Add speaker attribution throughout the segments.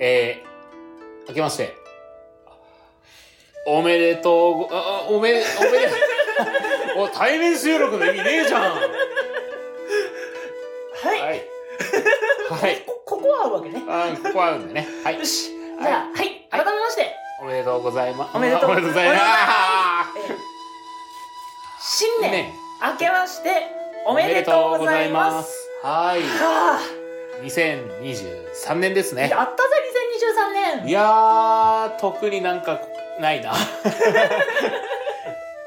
Speaker 1: えー、明けまして。おめでとうご、あ、あおめ、おめで、 お、対面収録の意味ねえじゃん。は
Speaker 2: はい
Speaker 1: い。はい。
Speaker 2: こここは合うわけね
Speaker 1: あ、ここは合うんでね。はい
Speaker 2: よ。しじゃあはい改めまして
Speaker 1: おめでとうございます。
Speaker 2: おめでと
Speaker 1: お
Speaker 2: う
Speaker 1: めでとうございます。
Speaker 2: 新
Speaker 1: 新年
Speaker 2: 年明けましておめでとうございます。
Speaker 1: はい。
Speaker 2: は
Speaker 1: 2023年です
Speaker 2: あ
Speaker 1: ね。
Speaker 2: やったぜ2023
Speaker 1: い
Speaker 2: 年
Speaker 1: やー、特になんかない な。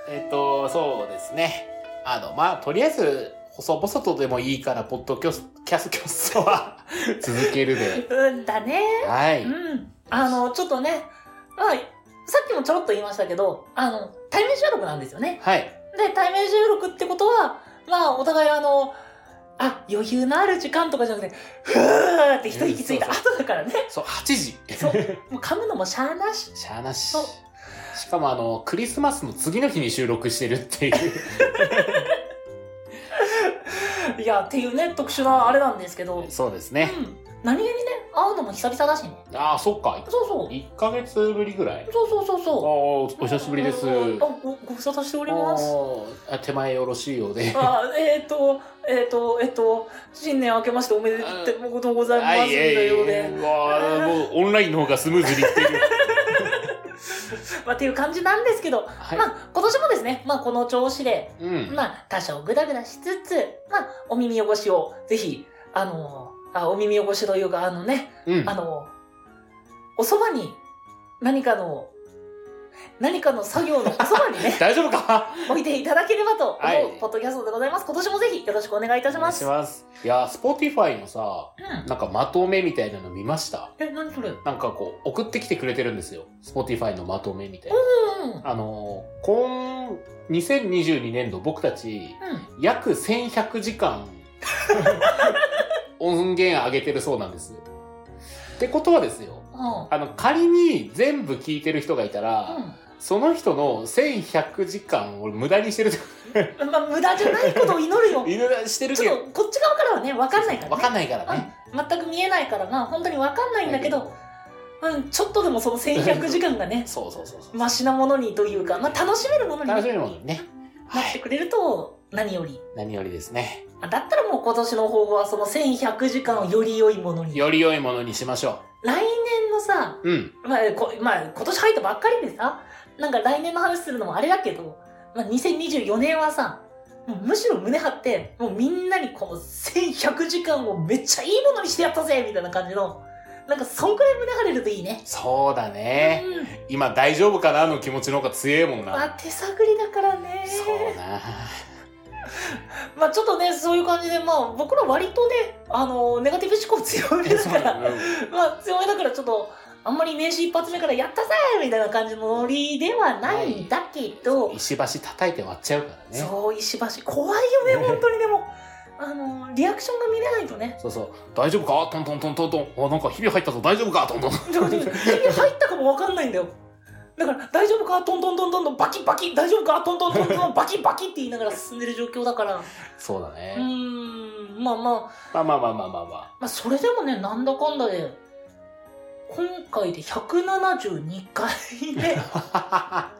Speaker 1: えっと、そうですね。あの、まあ、とりあえず、細々とでもいいから、ポッドキャスキャスキャスト は続けるで。
Speaker 2: うんだね
Speaker 1: は
Speaker 2: う
Speaker 1: い。
Speaker 2: んあのちょっとねまあさっきもちょろっと言いましたけどあの対面収録なんですよね
Speaker 1: はい。
Speaker 2: で対面収録ってことはまあお互いあのあ余裕のある時間とかじゃなくてふーって一息ついた後だからね
Speaker 1: そう、8時。
Speaker 2: そうもう噛むのもしゃあなし
Speaker 1: しゃあなし
Speaker 2: そう。
Speaker 1: しかも、あの、クリスマスの次の日に収録してるっていう。
Speaker 2: いやっていうね特殊なあれなんですけど
Speaker 1: そうです
Speaker 2: う
Speaker 1: ね。
Speaker 2: ん、何気にね会うのも久々だしね
Speaker 1: ああ、そっか。
Speaker 2: そうそう
Speaker 1: 1ヶ月ぶりぐらい。
Speaker 2: そうそうそう
Speaker 1: ああ、
Speaker 2: そ
Speaker 1: お
Speaker 2: う
Speaker 1: 久しぶりです。
Speaker 2: うんうんうんあごご無沙汰しております
Speaker 1: おーあ手前よろしいようで。
Speaker 2: あえっ、ー、とえっ、ー、とえっ、ー、と新年明けましておめでとうございます
Speaker 1: は
Speaker 2: ん
Speaker 1: い、
Speaker 2: だ
Speaker 1: え
Speaker 2: よう
Speaker 1: い
Speaker 2: で
Speaker 1: え、うわあもうオンラインの方がスムーズにいって る。
Speaker 2: まあっていう感じなんですけど、
Speaker 1: はい
Speaker 2: まあ今年もですねまあこの調子で
Speaker 1: うん。
Speaker 2: まあ多少グダグダしつつまあお耳汚しをぜひあのあお耳汚しというかあのね
Speaker 1: うん
Speaker 2: あ。の、おそばに何かの、何かの作業 のおそばにね、
Speaker 1: 大丈夫か
Speaker 2: 置いていただければと思、
Speaker 1: はいう
Speaker 2: ポッドキャストでございます。今年もぜひよろしくお願いいたします。
Speaker 1: お願いします。いや、Spotify のさ、
Speaker 2: うん。
Speaker 1: なんかまとめみたいなの見ました
Speaker 2: え、何それうん。
Speaker 1: なんかこう、送ってきてくれてるんですよ。Spotify のまとめみたいな。
Speaker 2: うん。
Speaker 1: あのー、今、2022年度僕たち、約1100時間音源上げてるそうなんです。ってことはですよ、
Speaker 2: うん。
Speaker 1: あの、仮に全部聞いてる人がいたら、その人の1100時間を無駄にして るとか、
Speaker 2: うん。まあ、無駄じゃ ないことを祈るよ。
Speaker 1: 無駄してるけ
Speaker 2: ちょ
Speaker 1: ど、
Speaker 2: っと、こっち側からはね、わかんないから、ね。
Speaker 1: わかんないからね。
Speaker 2: うん。全く見えないから、まあ、本当にわかんないんだけど、、うん、ちょっとでもその1100時間がね、
Speaker 1: そうそうそうそう。
Speaker 2: マシなものにというか、まあ、楽しめるものに
Speaker 1: 楽し
Speaker 2: ね
Speaker 1: みなものにね。は
Speaker 2: なって
Speaker 1: い。
Speaker 2: くれると、何より。
Speaker 1: 何よりですね。
Speaker 2: あだったらもう今年の抱負はその1100時間をより良いものに。
Speaker 1: より良いものにしましょ
Speaker 2: 来年のさ、
Speaker 1: う。うん。
Speaker 2: まあ、こまあ、今年入ったばっかりでさ、なんか来年の話するのもあれだけど、まあ、2024年はさ、もうむしろ胸張って、もうみんなにこの1100時間をめっちゃいいものにしてやったぜみたいな感じの、なんかそんくらい胸張れるといいね。
Speaker 1: そうだね。
Speaker 2: うん。
Speaker 1: 今大丈夫かなの気持ちの方が強えもん
Speaker 2: まあ
Speaker 1: な。
Speaker 2: 手探りだからね。
Speaker 1: そうな。
Speaker 2: まあちょっとね、そういう感じで、まあ僕ら割とね、あの、ネガティブ思考強いです
Speaker 1: そう
Speaker 2: から
Speaker 1: な。のうん
Speaker 2: まあ、強いだからちょっと、あんまり年始一発目からやったぜみたいな感じのノリではないんだけど、
Speaker 1: 石橋叩いて割っちゃうからね。
Speaker 2: そう、石橋、怖いよね、
Speaker 1: ね
Speaker 2: 本当に でも。あの、リアクションが見れないとね。
Speaker 1: そうそう。大丈夫かトントントントントン。あ、なんかひび入ったぞ。大丈夫かトントン。
Speaker 2: でも君入ったかもわかんないんだよ。だから、大丈夫かトントントントントン、バキバキ、大丈夫かトントントン トン、バキバキって言いながら進んでる状況だから。う
Speaker 1: そうだね。
Speaker 2: ーん、まあまあ、
Speaker 1: まあまあまあまあまあまあ。
Speaker 2: まあ、それでもね、なんだかんだで、今回で172回目。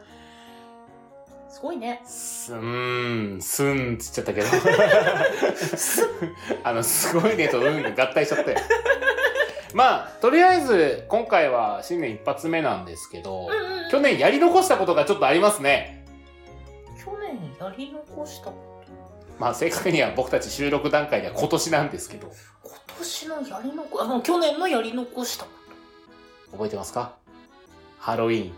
Speaker 2: すごいね。
Speaker 1: すうーん、すんって言っちゃったけど。
Speaker 2: す
Speaker 1: あの、すごいねとうんが合体しちゃったよ。 まあ、とりあえず、今回は新年一発目なんですけど、
Speaker 2: うんうん
Speaker 1: 去年やり残したことがちょっとありますね。
Speaker 2: 去年やり残した今
Speaker 1: まあ、正確には僕たち収録段階では今年なんですけど、
Speaker 2: 年のやり残あの去年のやり残した
Speaker 1: 覚えてますかハロウィーン。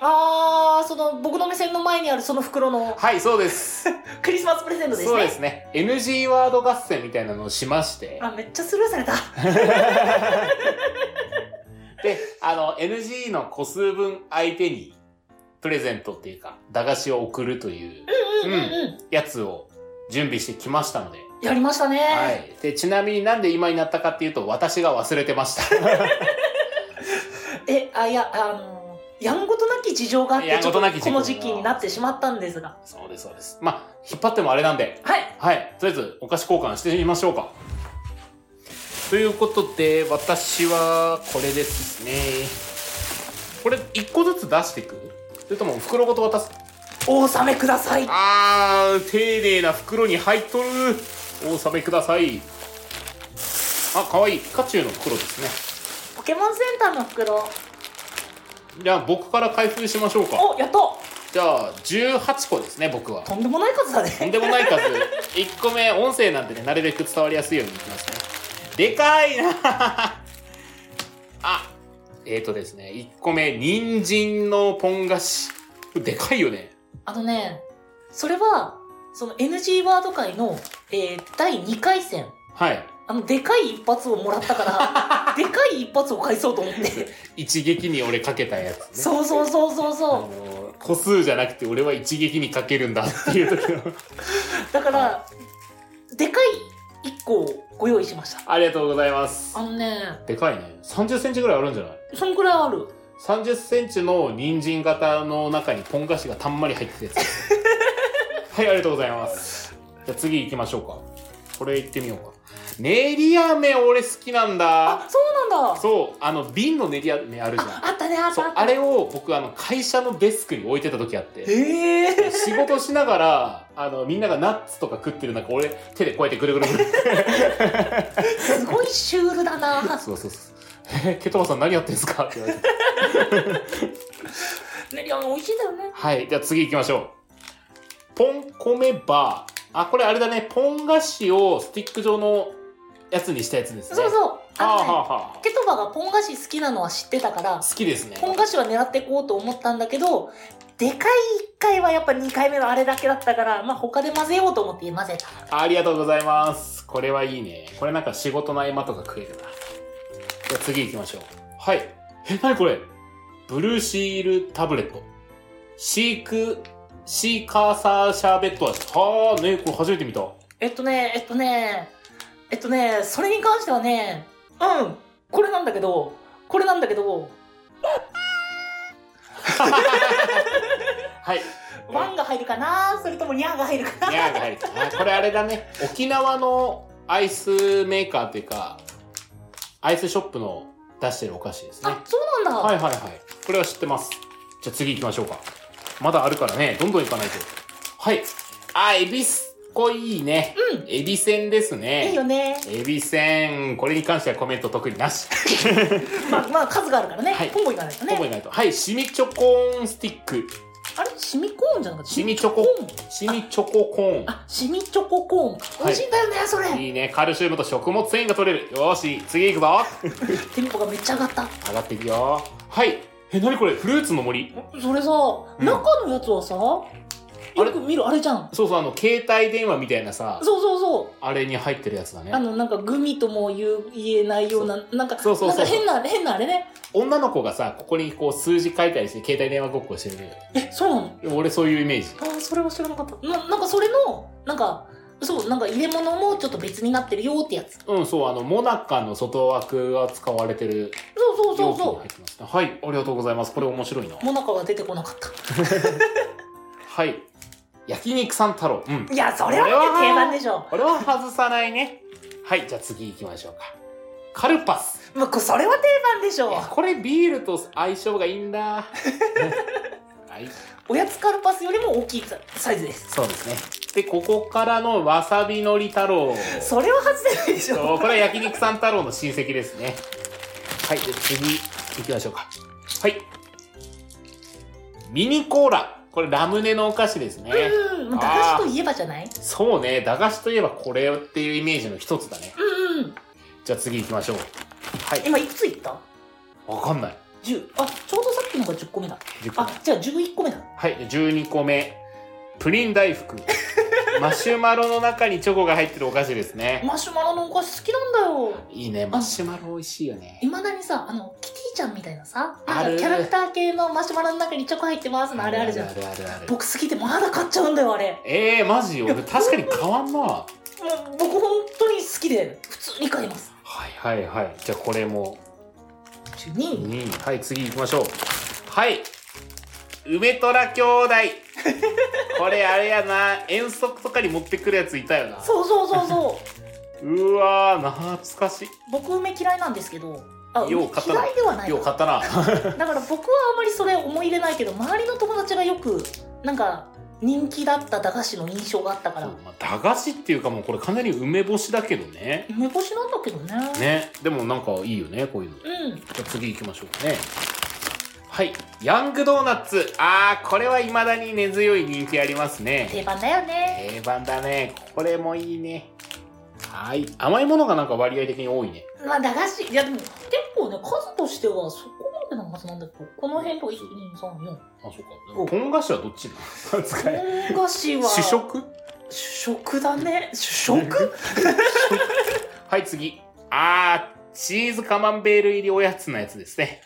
Speaker 2: あーその僕の目線の前にあるその袋の
Speaker 1: はい、そうです。
Speaker 2: クリスマスプレゼントですね
Speaker 1: そうですね。NG ワード合戦みたいなのをしまして、
Speaker 2: あめっちゃスルーされた
Speaker 1: で、あの、NG の個数分相手に、プレゼントっていうか、駄菓子を送るという
Speaker 2: うんうんうん
Speaker 1: やつを準備してきましたので、
Speaker 2: やりましたね、
Speaker 1: はい。で、ちなみになんで今になったかっていうと、私が忘れてました。
Speaker 2: えあいやあのやんごとなき事情があって
Speaker 1: やん
Speaker 2: ち
Speaker 1: ご
Speaker 2: ょっと
Speaker 1: となき事
Speaker 2: こ
Speaker 1: 情
Speaker 2: の時期になってしまったんですが
Speaker 1: そうです、そうです。まあ、引っ張ってもあれなんで、
Speaker 2: はい
Speaker 1: はい。とりあえず、お菓子交換してみましょうか。ということで私はこれですねこれ一個ずつ出していくそれとも袋ごと渡す
Speaker 2: お納めください
Speaker 1: あー丁寧な袋に入っとるお納めくださいあ可愛いピカチュウの袋ですね
Speaker 2: ポケモンセンターの袋
Speaker 1: じゃあ僕から開封しましょうか
Speaker 2: おやった
Speaker 1: じゃあ18個ですね僕は
Speaker 2: とんでもない数だ
Speaker 1: とん
Speaker 2: ね
Speaker 1: でもない数1個目音声なんてねなるべく伝わりやすいようにいきますねでかいなあえーとですね1個目人参のポン菓子これでかいよね
Speaker 2: あのねそれはその NG ワード界の、えー第2回戦
Speaker 1: はい
Speaker 2: あのでかい一発をもらったから でかい一発を返そうと思って
Speaker 1: 一撃に俺かけたやつね
Speaker 2: そうそうそうそう
Speaker 1: あ
Speaker 2: そ
Speaker 1: の個数じゃなくて俺は一撃にかけるんだっていう時の
Speaker 2: うだからでかい1個をご用意しました
Speaker 1: ありがとうございます
Speaker 2: あのね
Speaker 1: でかいね3 0センチぐらいあるんじゃない
Speaker 2: そんくらいある
Speaker 1: 3 0センチの人参型の中にポン菓子がたんまり入ってるやつはいありがとうございますじゃあ次行きましょうかこれ行ってみようか練り飴俺好きなん
Speaker 2: あ
Speaker 1: だ
Speaker 2: そうなんだ
Speaker 1: そうあの瓶の練り飴あるじゃ
Speaker 2: あ
Speaker 1: ん
Speaker 2: あったねあっ
Speaker 1: そう
Speaker 2: たあった
Speaker 1: あれを僕あの会社のデスクに置いてた時あって
Speaker 2: ええ
Speaker 1: 仕事しながらあのみんながナッツとか食ってる中俺手でこうやってぐるぐるぐる
Speaker 2: すごいシュールだな
Speaker 1: そうそうそうえーケトバさん何やってんすか?」って言われて
Speaker 2: ねいや美味しいんだよね
Speaker 1: はいじゃあ次行きましょうポン米バーあこれあれだねポン菓子をスティック状のやつにしたやつですね
Speaker 2: そう
Speaker 1: う
Speaker 2: そう
Speaker 1: はあは
Speaker 2: あのね
Speaker 1: あはあ
Speaker 2: ケトバがポン菓子好きなのは知ってたから
Speaker 1: 好きですね
Speaker 2: ポン菓子は狙っていこうと思ったんだけどでかい1回はやっぱ2回目のあれだけだったからまあ他で混ぜようと思って混ぜた
Speaker 1: ありがとうございますこれはいいねこれなんか仕事の合間とか食えるなじゃあ次行きましょうはいえ何これブルーシールタブレットシークシーカーサーシャーベット味はあねこれ初めて見た
Speaker 2: えっとねえっとねえっとねそれに関してはねうんこれなんだけどこれなんだけど
Speaker 1: はい
Speaker 2: ワンが入るかなそれともニャーが入るかな
Speaker 1: ニャーが入るあこれあれだね沖縄のアイスメーカーっていうかアイスショップの出してるお菓子ですね
Speaker 2: あそうなんだ、
Speaker 1: はいはいはいこれは知ってますじゃあ次行きましょうかまだあるからねどんどん行かないとはいあエビスこいいね
Speaker 2: うん
Speaker 1: エビせんです
Speaker 2: いい
Speaker 1: ね
Speaker 2: よね
Speaker 1: エビせんこれに関してはコメント特になし
Speaker 2: まあまあ数があるからね、
Speaker 1: はい
Speaker 2: 今後いかないと
Speaker 1: ほぼ
Speaker 2: ね
Speaker 1: いないとはいシミチョコーンスティック
Speaker 2: あれシミコーンじゃなかった
Speaker 1: シミチョコ
Speaker 2: コーン
Speaker 1: シミチョココーン
Speaker 2: あシミチョココーンか
Speaker 1: い
Speaker 2: 美味しいんだよね、それ
Speaker 1: いいねカルシウムと食物繊維が取れるよーし次行くぞ
Speaker 2: テンポがめっちゃ上がった
Speaker 1: 上がっていくよはいえ何これフルーツの森
Speaker 2: それさ、
Speaker 1: ん
Speaker 2: 中のやつはさよ
Speaker 1: あれ
Speaker 2: く見るあれじゃん
Speaker 1: そうそうあの携帯電話みたいなさ
Speaker 2: そうそうそ
Speaker 1: あれに入ってるやつだ
Speaker 2: うあ
Speaker 1: ね
Speaker 2: のなんかグミとも言う言えないようななんか
Speaker 1: そうそうそう
Speaker 2: なんか変な変なあれね
Speaker 1: 女の子がさここにこう数字書いたりして携帯電話ごっこしてるね
Speaker 2: えそうなの
Speaker 1: 俺そういうイメージ
Speaker 2: あそれは知らなかったななんかそれのなんかそうなんか入れ物もちょっと別になってるよってやつ
Speaker 1: うんそうあのモナカの外枠が使われてる
Speaker 2: そうそ
Speaker 1: 容
Speaker 2: う
Speaker 1: 器
Speaker 2: そ
Speaker 1: に
Speaker 2: うそ
Speaker 1: 入ってますねはいありがとうございますこれ面白いな
Speaker 2: うもなかが出てこなかった
Speaker 1: はい焼肉さん太郎うん
Speaker 2: いやそれは
Speaker 1: こ
Speaker 2: ね
Speaker 1: れは
Speaker 2: 定番でしょ
Speaker 1: これは外さないねはいじゃあ次行きましょうかカルパス
Speaker 2: まあこそれは定番でし
Speaker 1: い
Speaker 2: ょ
Speaker 1: やこれビールと相性がいい んだはい
Speaker 2: おやつカルパスよりも大きいサイズです
Speaker 1: そうですね。で、ここからのわさびのり太郎。
Speaker 2: それは外せないでしょ
Speaker 1: そうこれは焼肉さん太郎の親戚ですね。はい、で次行きましょうか。はい。ミニコーラ。これラムネのお菓子ですね。
Speaker 2: うんうん、駄菓子といえばじゃない
Speaker 1: そうね、駄菓子といえばこれっていうイメージの一つだね。
Speaker 2: うんうん
Speaker 1: じゃあ次行きましょう。はい。
Speaker 2: 今いくついった
Speaker 1: わかんない。
Speaker 2: 10あちょうどさっきのが10個目だ
Speaker 1: 10個目
Speaker 2: あじゃあ11個目だ
Speaker 1: はい、12個目。プリン大福。マシュマロの中にチョコが入ってるお菓子ですね。
Speaker 2: マシュマロのお菓子好きなんだよ
Speaker 1: いいね、マシュマロ美味しいよね。
Speaker 2: いまだにさあのキティちゃんみたいなさなん
Speaker 1: あ
Speaker 2: か
Speaker 1: る
Speaker 2: キャラクター系のマシュマロの中にチョコ入ってますのあれあるじゃ
Speaker 1: あ
Speaker 2: ん
Speaker 1: るあるある。
Speaker 2: 僕好きでまだ買っちゃうんだよあれ
Speaker 1: えー、マジ俺確かに変わんな。は
Speaker 2: もう僕本当に好きで普通に買います
Speaker 1: いはいはい。じゃあこれも。
Speaker 2: 12
Speaker 1: 2はい、次行きましょう。はい。梅虎兄 弟。これあれやな。遠足とかに持ってくるやついたよな。
Speaker 2: そうそうそうそう
Speaker 1: うわー、懐かしい。
Speaker 2: 僕梅嫌いなんですけどあ梅
Speaker 1: よう
Speaker 2: 嫌
Speaker 1: 買ったな
Speaker 2: ではない
Speaker 1: よう買ったな。
Speaker 2: だから僕はあまりそれ思い入れないけど周りの友達がよくなんか人気だった駄菓子の印象があったから
Speaker 1: そうまあ 駄菓子っていうかもうこれ完全に梅干しだけどね。
Speaker 2: 梅干しなんだけどね
Speaker 1: ね。でもなんかいいよね、こういうの。じ
Speaker 2: うん
Speaker 1: ゃあ次行きましょうね。はい。ヤングドーナツ。あー、これは未だに根強い人気ありますね。
Speaker 2: 定番だよね
Speaker 1: 定番だね。これもいいね。はい。甘いものがなんか割合的に多いね。
Speaker 2: まあ駄菓子いやでも結構ね数としてはそこまでのはずなんだけどこの辺と
Speaker 1: あ、
Speaker 2: 1234
Speaker 1: そうか。で
Speaker 2: う
Speaker 1: も
Speaker 2: ん
Speaker 1: ポン菓子はどっちなの使え。
Speaker 2: 本菓子は
Speaker 1: 主食
Speaker 2: 主食だね主食
Speaker 1: はい、次。あー、チーズカマンベール入りおやつのやつですね。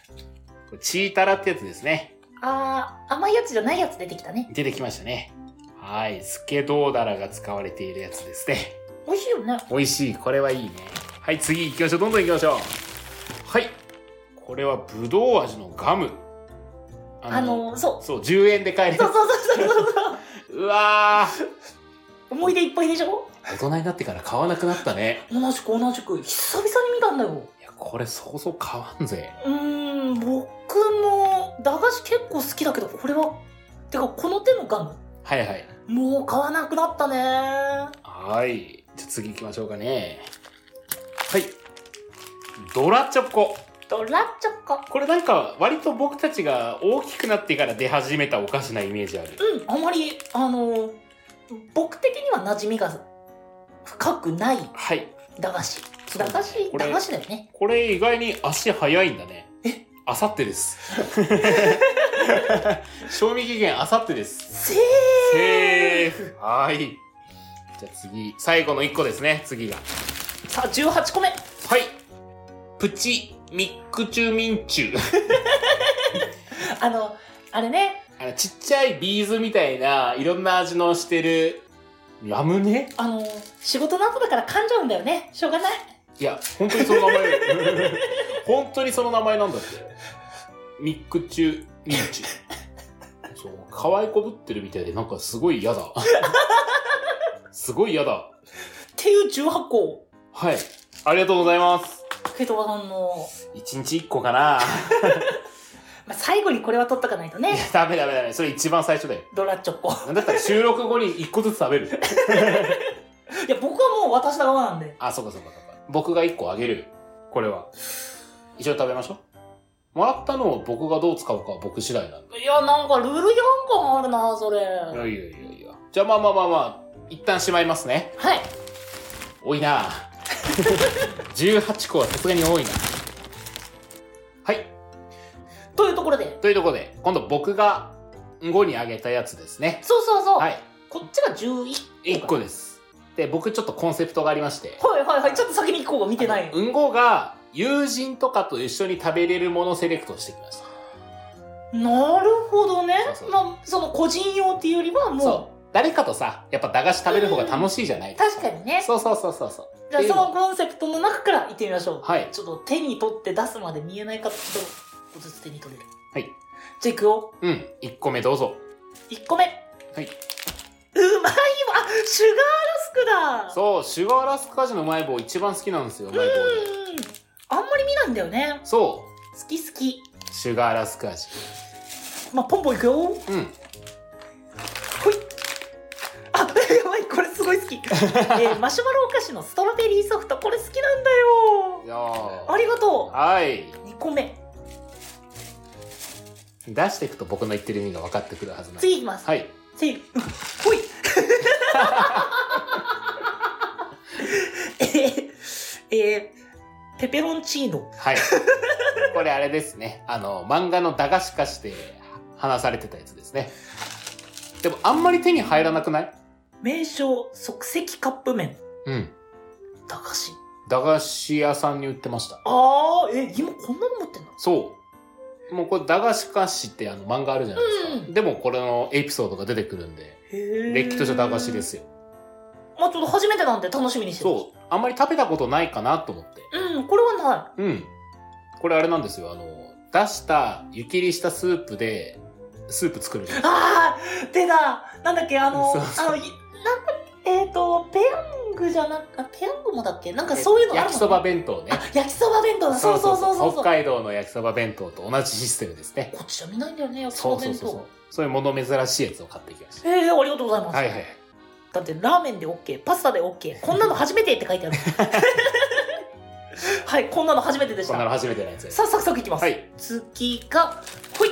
Speaker 1: これチータラってやつですね。
Speaker 2: あー甘いやつじゃないやつ出てきたね
Speaker 1: 出てきましたね。はい、スケドーダラが使われているやつですね。
Speaker 2: 美味しいよね
Speaker 1: 美味しい、これはいいね。はい、次行きましょう。どんどん行きましょう。はい。これはぶどう味のガム。あの、
Speaker 2: あのそう
Speaker 1: そう、10円で買える
Speaker 2: そ
Speaker 1: や
Speaker 2: うそうそうそうそうそう
Speaker 1: つ。うわ
Speaker 2: 思い出いっぱいでしょ
Speaker 1: ー。大人になってから買わなくなったね。
Speaker 2: 同じく同じく久々に見たんだよ
Speaker 1: いや、これそうそう買わんぜ。
Speaker 2: うーん僕も駄菓子結構好きだけどこれはてかこの手のガム
Speaker 1: はいはい。
Speaker 2: もう買わなくなったね
Speaker 1: はい。じゃあ次行きましょうかね。はい。ドラチョコ。
Speaker 2: ドラチョコ
Speaker 1: これなんか割と僕たちが大きくなってから出始めたお菓子なイメージある。
Speaker 2: うんあまりあの僕的には馴染みが深くない
Speaker 1: はい。
Speaker 2: 駄菓子
Speaker 1: そう
Speaker 2: 駄
Speaker 1: ね
Speaker 2: 菓子
Speaker 1: これ
Speaker 2: 駄菓子だよね
Speaker 1: これ意外に足早いんだね。えあさってです。賞味期限あさってです。
Speaker 2: セ
Speaker 1: セ
Speaker 2: ー
Speaker 1: ーフ。はい。じゃあ次、最後の1個ですね、次が。
Speaker 2: さあ18個目
Speaker 1: はい。プチミックチュミンチュ。
Speaker 2: あのあれね
Speaker 1: あのちっちゃいビーズみたいないろんな味のしてるラムネ
Speaker 2: あの仕事の後だから噛んじゃうんだよねしょうがない
Speaker 1: いや本当にその名前 本当にその名前なんだってミックチュミンチュそう可愛いこぶってるみたいでなんかすごい嫌だすごい嫌だ
Speaker 2: っていう18個
Speaker 1: はいありがとうございます
Speaker 2: ケイトバさんの、
Speaker 1: 一日一個かな
Speaker 2: まあ、最後にこれは取っとかないと
Speaker 1: いや
Speaker 2: ね
Speaker 1: ダメダメダメそれ一番最初だよ
Speaker 2: ドラチョコ
Speaker 1: なんだったら収録後に一個ずつ食べる
Speaker 2: いや、僕はもう私の側なんで。
Speaker 1: あそうかそうかそうか僕が一個あげるこれは一緒に食べましょうもらったのを僕がどう使うかは僕次第なんで
Speaker 2: いや、なんかルール違反感あるな、それ。
Speaker 1: い
Speaker 2: は
Speaker 1: やいやいやいや。じゃあまあまあまあまあ、一旦しまいますね。
Speaker 2: い。
Speaker 1: 多いな 18個はさすがに多いな。はい。
Speaker 2: というところで。
Speaker 1: というところで、今度僕が5にあげたやつですね。
Speaker 2: そうそうそう。
Speaker 1: はい。
Speaker 2: こっちが11
Speaker 1: 1個です。で、僕ちょっとコンセプトがありまして。
Speaker 2: 個。はいはいはい。ちょっと先に行こうが見てない。
Speaker 1: うんごが友人とかと一緒に食べれるものをセレクトしてきました。
Speaker 2: なるほどね。
Speaker 1: そうそう
Speaker 2: まあ、その個人用っていうよりは
Speaker 1: そ
Speaker 2: も、
Speaker 1: う。誰かとさ、やっぱ駄菓子食べる方が楽しいじゃないう
Speaker 2: 確かにね。
Speaker 1: そうそうそうそうそう。
Speaker 2: じゃ
Speaker 1: っ
Speaker 2: あ
Speaker 1: ていう
Speaker 2: そ
Speaker 1: の
Speaker 2: のコンセプトの中から行ってみましょう。
Speaker 1: はい。
Speaker 2: ちょっと手に取って出すまで見えないかったけど、一個ずつ手に取れる。
Speaker 1: はい。
Speaker 2: じゃあ行くよ。
Speaker 1: うん。1個目どうぞ。
Speaker 2: 1個目。
Speaker 1: はいう
Speaker 2: まいわシュガーラスクだ
Speaker 1: そう、シュガーラスク味のうまい棒一番好きなんですよ、うまい棒で。
Speaker 2: うん。あんまり見ないんだよね。
Speaker 1: そ
Speaker 2: 好き好き。
Speaker 1: う、シュガーラスク味。
Speaker 2: まあ、ポンポンいくよ。ほい。
Speaker 1: うん。
Speaker 2: あ、やばい、これすごい 好き。えーマシュマロお菓子のストロベリーソフト、これ好きなんだよ。
Speaker 1: よー
Speaker 2: ありがと
Speaker 1: はい。
Speaker 2: う。2個目。
Speaker 1: 出していくと僕の言ってる意味が分かってくるはずなんで。
Speaker 2: 次いきます。
Speaker 1: はい。
Speaker 2: 次。うんほい。 えーえーペペロンチーノ。
Speaker 1: はい。 これあれですね。あの、漫画の駄菓子化して話されてたやつですね。でもあんまり手に入らなくない
Speaker 2: 名称、即席カップ麺。
Speaker 1: うん。
Speaker 2: 駄菓子。
Speaker 1: 駄菓子屋さんに売ってました。
Speaker 2: あー、え、今こんなの持ってんの
Speaker 1: そう。もうこれ駄菓子化しってあの漫画あるじゃないですか。
Speaker 2: うん
Speaker 1: でもこれのエピソードが出てくるんで、
Speaker 2: へー
Speaker 1: れっきとした駄菓子ですよ。
Speaker 2: まあちょっと初めてなんで楽しみにしてます。
Speaker 1: そう。あんまり食べたことないかなと思って。
Speaker 2: うん、これはな
Speaker 1: うん。これあれなんですよ。あの、出した、湯切りしたスープで、スープ作るじゃん
Speaker 2: い。ああ出たなんだっけ、あの、
Speaker 1: そうそう
Speaker 2: あの、いなんか、えっ、と、ペヤングじゃなく、あペヤングもだっけなんかそういうのあるの
Speaker 1: 焼きそば弁当ね
Speaker 2: あ、焼きそば弁当だ。そうそうそうそうそう。
Speaker 1: 北海道の焼きそば弁当と同じシステムですね
Speaker 2: こっちじゃ見ないんだよね、焼きそ
Speaker 1: そ
Speaker 2: ば
Speaker 1: うそ
Speaker 2: 弁
Speaker 1: う
Speaker 2: 当。
Speaker 1: そうそうそういうもの珍しいやつを買ってきまし
Speaker 2: ええありがとうございま
Speaker 1: た
Speaker 2: す。
Speaker 1: はいはいはい
Speaker 2: だって、ラーメンで OK、パスタで OK、こんなの初めてって書い てある。はい、こんなの初めてでし
Speaker 1: こんな
Speaker 2: た。
Speaker 1: の初めてのやつです
Speaker 2: さあ、サクサクいきます。
Speaker 1: はいい
Speaker 2: 次が、ほい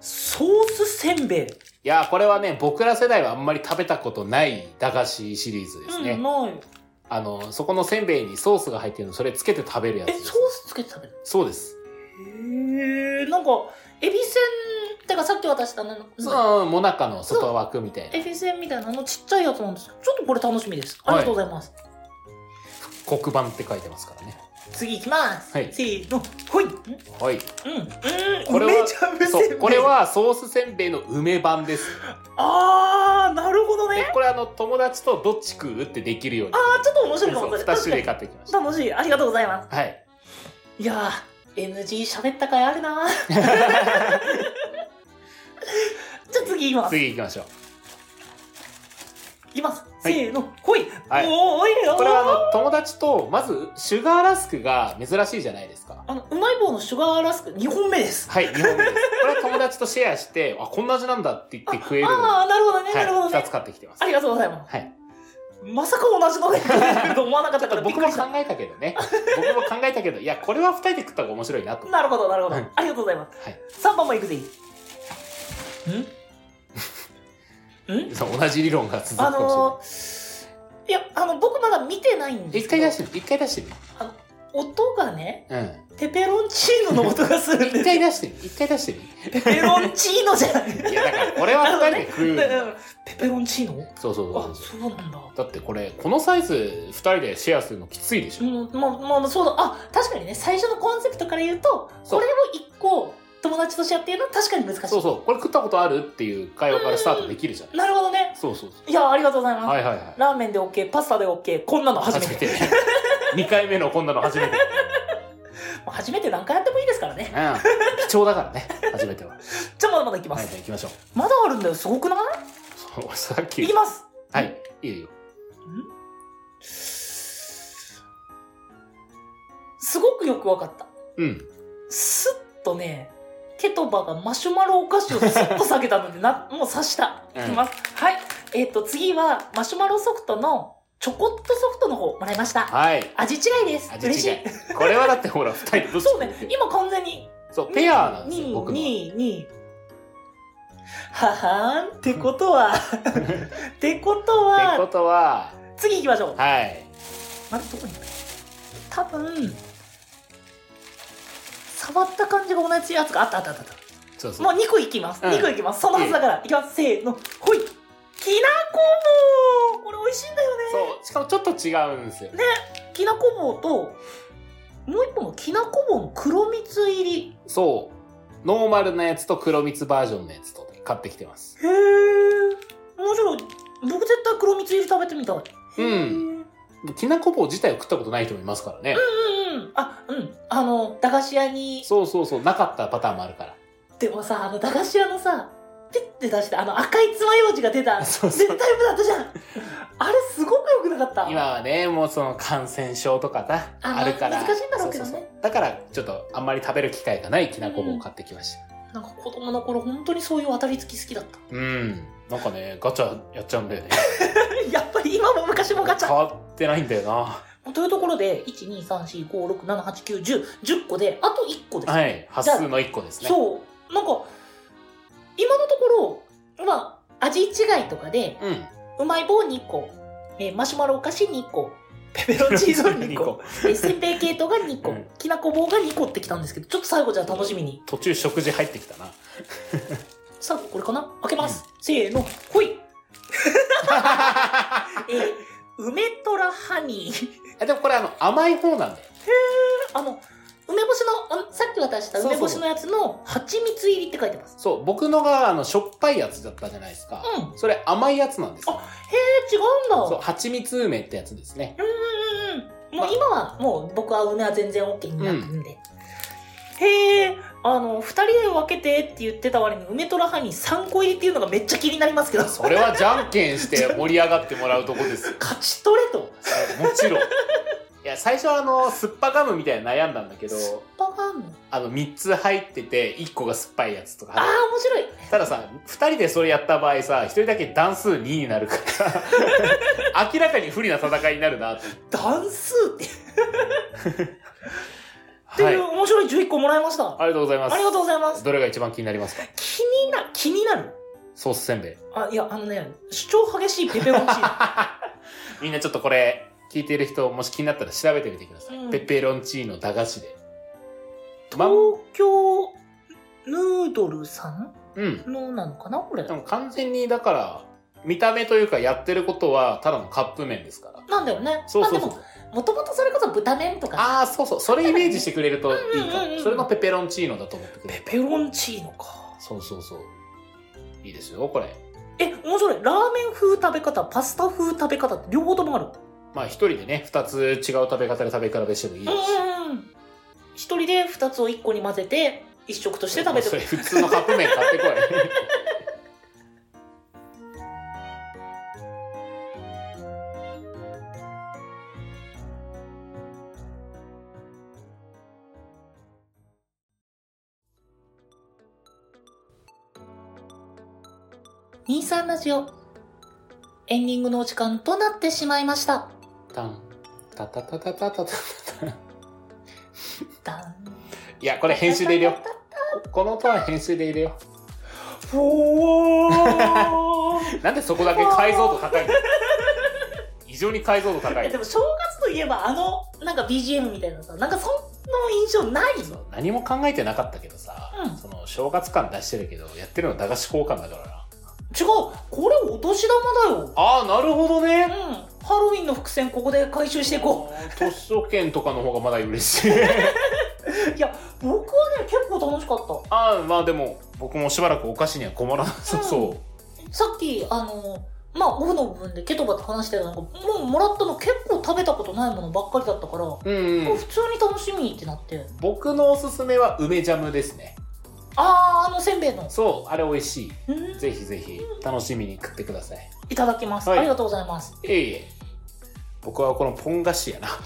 Speaker 2: ソースせんべい。
Speaker 1: やーこれはね僕ら世代はあんまり食べたことない駄菓子シリーズですね、
Speaker 2: うん、ない。
Speaker 1: あのそこのせんべいにソースが入ってるのそれつけて食べるやつ
Speaker 2: え、
Speaker 1: で
Speaker 2: ソー
Speaker 1: す
Speaker 2: スつけて食べる
Speaker 1: そうです
Speaker 2: へえ、なんか、エビせん、てかさっき渡したね、
Speaker 1: そうモナカの外枠みたいな
Speaker 2: エビせんみたいなあのちっちゃいやつなんですよちょっとこれ楽しみです。ありがとうございます。
Speaker 1: 黒板って書いてますからね
Speaker 2: 次行きます。
Speaker 1: はい
Speaker 2: せーの、ほい。んうん、うん、
Speaker 1: はいこ
Speaker 2: こ
Speaker 1: れ
Speaker 2: れ
Speaker 1: は
Speaker 2: は、ちゃめ
Speaker 1: そうこれ。はソースせんべいの梅版です
Speaker 2: あー、なるほどね。
Speaker 1: でこれあの友達とどっち食うってできるように
Speaker 2: あー、ちょっと面白いか
Speaker 1: そ
Speaker 2: も、
Speaker 1: う
Speaker 2: これ。
Speaker 1: 2種類買ってきました
Speaker 2: 楽しい。ありがとうございま
Speaker 1: はい
Speaker 2: す。いやー、NG 喋った回あ るなーじゃあ次行きます。
Speaker 1: 次行きましょう
Speaker 2: 行きます。
Speaker 1: はい
Speaker 2: せーの、ほい。
Speaker 1: はい
Speaker 2: おー、おいよー
Speaker 1: これはあの友達とまずシュガーラスクが珍しいじゃないですか
Speaker 2: あの、うまい棒のシュガーラスク2本目です。
Speaker 1: はい日本 ですこれは友達とシェアしてあこんな味なんだって言って食えるので
Speaker 2: あー、なるほどね、なるほ
Speaker 1: は
Speaker 2: ど
Speaker 1: い、
Speaker 2: ね。
Speaker 1: 2つ買ってきてます
Speaker 2: ありがとうございます。
Speaker 1: はい
Speaker 2: まさか同じのが出てく ると思わなかったからびっ
Speaker 1: 僕
Speaker 2: く
Speaker 1: も
Speaker 2: り
Speaker 1: 考
Speaker 2: した。
Speaker 1: えたけどね僕も考えたけどいやこれは2人で食った方が面白いなと
Speaker 2: なるほど、なるほど。
Speaker 1: はい
Speaker 2: ありがとうございます。
Speaker 1: はい
Speaker 2: 3番もいくぜ。んん
Speaker 1: そう同じ理論が続くか
Speaker 2: あ
Speaker 1: もしれない、
Speaker 2: のー、いや、あの、僕まだ見てないんです
Speaker 1: 一
Speaker 2: け
Speaker 1: 回
Speaker 2: ど
Speaker 1: 出してみ一回出して
Speaker 2: 音がね、
Speaker 1: みうん
Speaker 2: ペペロンチーノの音がするんで
Speaker 1: 一
Speaker 2: す
Speaker 1: 回
Speaker 2: よ。
Speaker 1: 出してみ一回出して
Speaker 2: ペペロンチーノじゃない。
Speaker 1: みいやだからこれは2人で食う、
Speaker 2: なるほどねペペロンチーノ
Speaker 1: そうそうそう
Speaker 2: あ、そうなんだ。
Speaker 1: だってこれこのサイズ2人でシェアするのきついでしょ、
Speaker 2: うん、まあ、まあまあ、そうだ。あ、確かにね、最初のコンセプトから言うと、
Speaker 1: そう
Speaker 2: これを一個友達とシェアっていうのは確かに難しい。
Speaker 1: そうそうこれ食ったことあるっていう会話からスタートできるじゃない
Speaker 2: なるほどね。
Speaker 1: そうそう
Speaker 2: いや、ありがとうございます。
Speaker 1: そうはいはいはい
Speaker 2: ラーメンで OK、パスタで OK、こんなの初めて。初めて
Speaker 1: 2回目のこんなの初め て、
Speaker 2: 初めて何回やってもいいですからね。
Speaker 1: うん、貴重だからね初めてははい
Speaker 2: じゃあまだまだいきます。
Speaker 1: じゃあ行きましょう
Speaker 2: まだあるんだよ、すごくない
Speaker 1: そうさっ
Speaker 2: い
Speaker 1: き
Speaker 2: きます。
Speaker 1: はいいいよ
Speaker 2: すごくよくわかった。
Speaker 1: うん
Speaker 2: スッとね、ケトバがマシュマロお菓子をスッと下げた ので、な、もう刺した。
Speaker 1: うん
Speaker 2: いきます。はい。えっ、と、次は、マシュマロソフトの、チョコっとソフトの方もらいました。
Speaker 1: はい
Speaker 2: 味違いです。
Speaker 1: 味
Speaker 2: 嬉し
Speaker 1: 違
Speaker 2: い。
Speaker 1: いこれはだってほら2人でどっち
Speaker 2: そう
Speaker 1: 食う
Speaker 2: ね
Speaker 1: って、
Speaker 2: 今完全に
Speaker 1: そうペアなんですよ
Speaker 2: に
Speaker 1: 僕のは
Speaker 2: ににははーんってこ とはってこと
Speaker 1: ってこ
Speaker 2: は
Speaker 1: とは
Speaker 2: 次行きましょう
Speaker 1: はい
Speaker 2: あれどこに多分触った感じが同じやつがあったあったあったあっ
Speaker 1: そう
Speaker 2: た
Speaker 1: そう
Speaker 2: もう2個いきます、
Speaker 1: うん
Speaker 2: 二2個いきますそのはずだからいきますせーのほいきなこ棒これ美味しいんだよね
Speaker 1: そうしかもちょっと違うんですよ
Speaker 2: きなこ棒ともう一本のきなこ棒の黒蜜入り
Speaker 1: そうノーマルなやつと黒蜜バージョンのやつとで買ってきてます
Speaker 2: へえ面白い僕絶対黒蜜入り食べてみたい
Speaker 1: うん
Speaker 2: へー
Speaker 1: きなこ棒自体を食ったことない人もいますからね、
Speaker 2: うんうんあうんあの駄菓子屋に
Speaker 1: そうそうそうなかったパターンもあるから
Speaker 2: でもさあの駄菓子屋のさピッて出してあの赤い爪楊枝が出た
Speaker 1: そうそう
Speaker 2: 絶対無駄だったじゃんあれすごく良くなかった
Speaker 1: 今はねもうその感染症とかさ
Speaker 2: あ
Speaker 1: あるから
Speaker 2: 難しいんだろうけどね
Speaker 1: そそだからちょっとあんまり食べる機会がないきなこ棒を買ってきました
Speaker 2: なんか子供の頃本当にそういう当たり付き好きだった
Speaker 1: うん、なんかねガチャやっちゃうんだよね
Speaker 2: やっぱり今も昔もガチ
Speaker 1: 変
Speaker 2: ャ
Speaker 1: わってないんだよな
Speaker 2: というところで1234567891010個であと1個です、
Speaker 1: はい端数の一個ですね
Speaker 2: そうなんか今のところまあ味違いとかで、
Speaker 1: うん
Speaker 2: うまい棒2個、えーマシュマロお菓子2個、ペペロンチーノ2個、えーせんべい系統が2個
Speaker 1: うん、
Speaker 2: きなこ棒が2個ってきたんですけど、ちょっと最後じゃあ楽しみに。
Speaker 1: 途中食事入ってきたな
Speaker 2: 最後これかな開けます。せーの、ほいえー、梅トラハニー。
Speaker 1: えでもこれあの甘い方なんだよ
Speaker 2: あの、梅干しの、あのさっき渡した
Speaker 1: そうそう
Speaker 2: 梅干しのやつの蜂蜜入りって書いてます。
Speaker 1: そう僕のがあのしょっぱいやつだったじゃないですか、
Speaker 2: うん。えー、違うん
Speaker 1: それ甘いやつなんですよ
Speaker 2: だ。
Speaker 1: そう
Speaker 2: う
Speaker 1: 蜂蜜梅ってやつですね
Speaker 2: んうんうん。もう今は、もう僕は梅は全然 OK になってるんで。へえ、あの、二人で分けてって言ってた割に、梅虎派に3個入りっていうのがめっちゃ気になりますけど、
Speaker 1: それはじゃんけんして盛り上がってもらうとこですよ
Speaker 2: 勝ち取れと。
Speaker 1: もちろんいや最初はあの酸っぱガムみたいなの悩んだんだけど
Speaker 2: パパン。
Speaker 1: あの3つ入ってて1個が酸っぱいやつと
Speaker 2: ああ、
Speaker 1: か
Speaker 2: 面白い。
Speaker 1: たださ2人でそれやった場合さ1人だけ段数2になるから 明らかに不利な戦いになるなって
Speaker 2: 段数って。って
Speaker 1: はい
Speaker 2: いう面白い11個もらいました。
Speaker 1: ありがとうございます
Speaker 2: ありがとうございます。
Speaker 1: どれが一番気になりますか
Speaker 2: 気にな、気になる。
Speaker 1: ソースせんべい
Speaker 2: あ、いや、あのね、主張激しいペペロンチーノ。
Speaker 1: みんなちょっとこれ聞いてる人もし気になったら調べてみてください、
Speaker 2: うん
Speaker 1: ペペロンチーノ駄菓子でま
Speaker 2: 東京ヌードルさん
Speaker 1: うん
Speaker 2: のなのかなこれ
Speaker 1: で。も完全にだから見た目というかやってることはただのカップ麺ですから
Speaker 2: なんだよね。
Speaker 1: そうそうそ
Speaker 2: まあ
Speaker 1: う
Speaker 2: でも、もともとそれこそ豚麺とか。
Speaker 1: ああそうそうそれイメージしてくれるといい
Speaker 2: うんうんうんう
Speaker 1: か
Speaker 2: ん
Speaker 1: それのペペロンチーノだと思ってくれ
Speaker 2: ペ
Speaker 1: る
Speaker 2: ペロンチーノか。
Speaker 1: そうそうそういいですよこれ
Speaker 2: え、面白い。ラーメン風食べ方、パスタ風食べ方って両方ともある。
Speaker 1: まあ一人でね二つ違う食べ方で食べ比べしてもいいですし
Speaker 2: うんうんうん。一人で二つを一個に混ぜて、一食として食べて
Speaker 1: それ
Speaker 2: る。
Speaker 1: 普通のカップ麺買ってこい
Speaker 2: 23ラジオ。エンディングのお時間となってしまいました。
Speaker 1: タンタタタタタタタタ
Speaker 2: だん。
Speaker 1: いやこれ編集で入れようこの音は編集で入れよ
Speaker 2: ほー。
Speaker 1: うなんでそこだけ解像度高 いの異常に解像度高
Speaker 2: え
Speaker 1: い
Speaker 2: でも正月といえばあのなんか BGM みたいなさなんかそんな印象ない
Speaker 1: そ
Speaker 2: の
Speaker 1: う何も考えてなかったけどさ、
Speaker 2: うん
Speaker 1: その正月感出してるけどやってるの駄菓子交換だからな
Speaker 2: 違うこれお年玉だよ
Speaker 1: ああなるほど
Speaker 2: うん
Speaker 1: ね
Speaker 2: ハロウィンの伏線ここで回収していこ
Speaker 1: 都市保険とかの方がまだ嬉しい
Speaker 2: ういや僕はね結構楽しかっ
Speaker 1: ああまあでも僕もしばらくお菓子には困らなさそう、
Speaker 2: たさっきあのまあオフの部分でケトバと話してたなんかもうもらったの結構食べたことないものばっかりだったから、も
Speaker 1: うん
Speaker 2: う
Speaker 1: うん
Speaker 2: 普通に楽しみってなって
Speaker 1: 僕のおすすめは梅ジャムですね
Speaker 2: あああのせんべいの
Speaker 1: そうあれ美味し
Speaker 2: うん
Speaker 1: いぜひぜひ楽しみに食ってください
Speaker 2: いただきます、
Speaker 1: はい
Speaker 2: ありがとうございます
Speaker 1: いえいえ僕はこのポン菓子やな好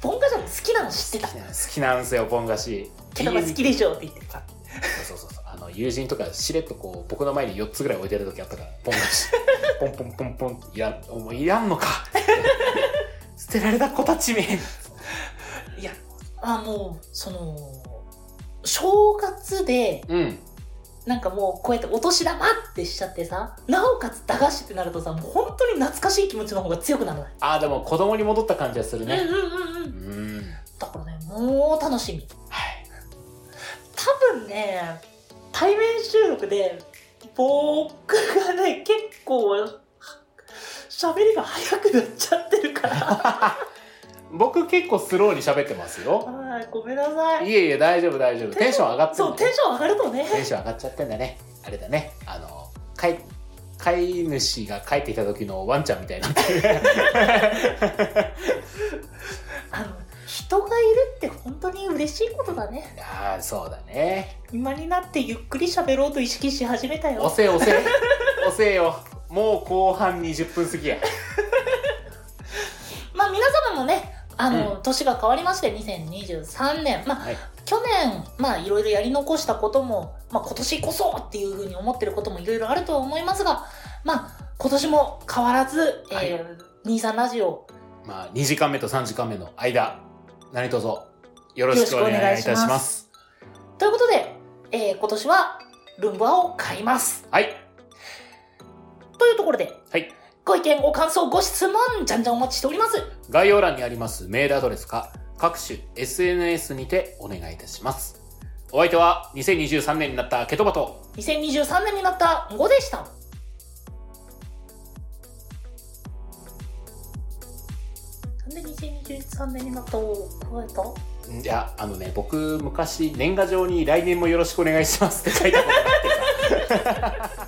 Speaker 2: ポンカジャム好きなの知ってた
Speaker 1: きなんですよポン菓子
Speaker 2: ケトバ好きでしょって言って
Speaker 1: そうそうそうあの友人とかしれっとこう僕の前に4つぐらい置いてる時あったからポン菓子ポンポンポンポンっていらんお前いらんのか捨てられた子たちめ
Speaker 2: いや、あ、もう、その、正月で、
Speaker 1: うん
Speaker 2: なんかもうこうやってお年玉ってしちゃってさ、なおかつ駄菓子ってなるとさ、もう本当に懐かしい気持ちの方が強くならない。
Speaker 1: ああでも子供に戻った感じはするね
Speaker 2: うんうんう。
Speaker 1: うんん
Speaker 2: だからね、もう楽しみ。
Speaker 1: はい
Speaker 2: 多分ね、対面収録で、僕がね、結構、は喋りが早くなっちゃってる から。
Speaker 1: 僕結構スローに喋ってますよ
Speaker 2: はい、ごめんなさい。
Speaker 1: いえいえ大丈夫大丈夫テンション上がってる
Speaker 2: そう、テンション上がるとね。
Speaker 1: テンション上がっちゃってんだねあれだねあの飼い飼い主が帰ってきた時のワンちゃんみたいな
Speaker 2: あの、人がいるって本当に嬉しいことだね。
Speaker 1: ああそうだね
Speaker 2: 今になってゆっくり喋ろうと意識し始めたよ
Speaker 1: 押。せ 押せ押せよもう後半20分過ぎや
Speaker 2: まあ皆様もね、あの、年が変わりまして2023年、まあ、
Speaker 1: はい
Speaker 2: 去年、まあいろいろやり残したことも、まあ今年こそっていうふうに思ってることもいろいろあるとは思いますが、まあ今年も変わらず、
Speaker 1: はい
Speaker 2: えー、23ラジオ
Speaker 1: まあ2時間目と3時間目の間何卒よろしくお願いいたします
Speaker 2: よろしくお願いしまということで、えー、今年はルンバを買います。
Speaker 1: はい
Speaker 2: というところで、
Speaker 1: はい
Speaker 2: ご意見、ご感想、ご質問、じゃんじゃんお待ちしております。
Speaker 1: 概要欄にありますメールアドレスか各種 SNS にてお願いいたしますお相手は2023年になったケトバと
Speaker 2: 2023年になった5でした。なんで2023年になったを超えた
Speaker 1: いやあのね僕昔年賀状に「来年もよろしくお願いします」って書いたことがあってさ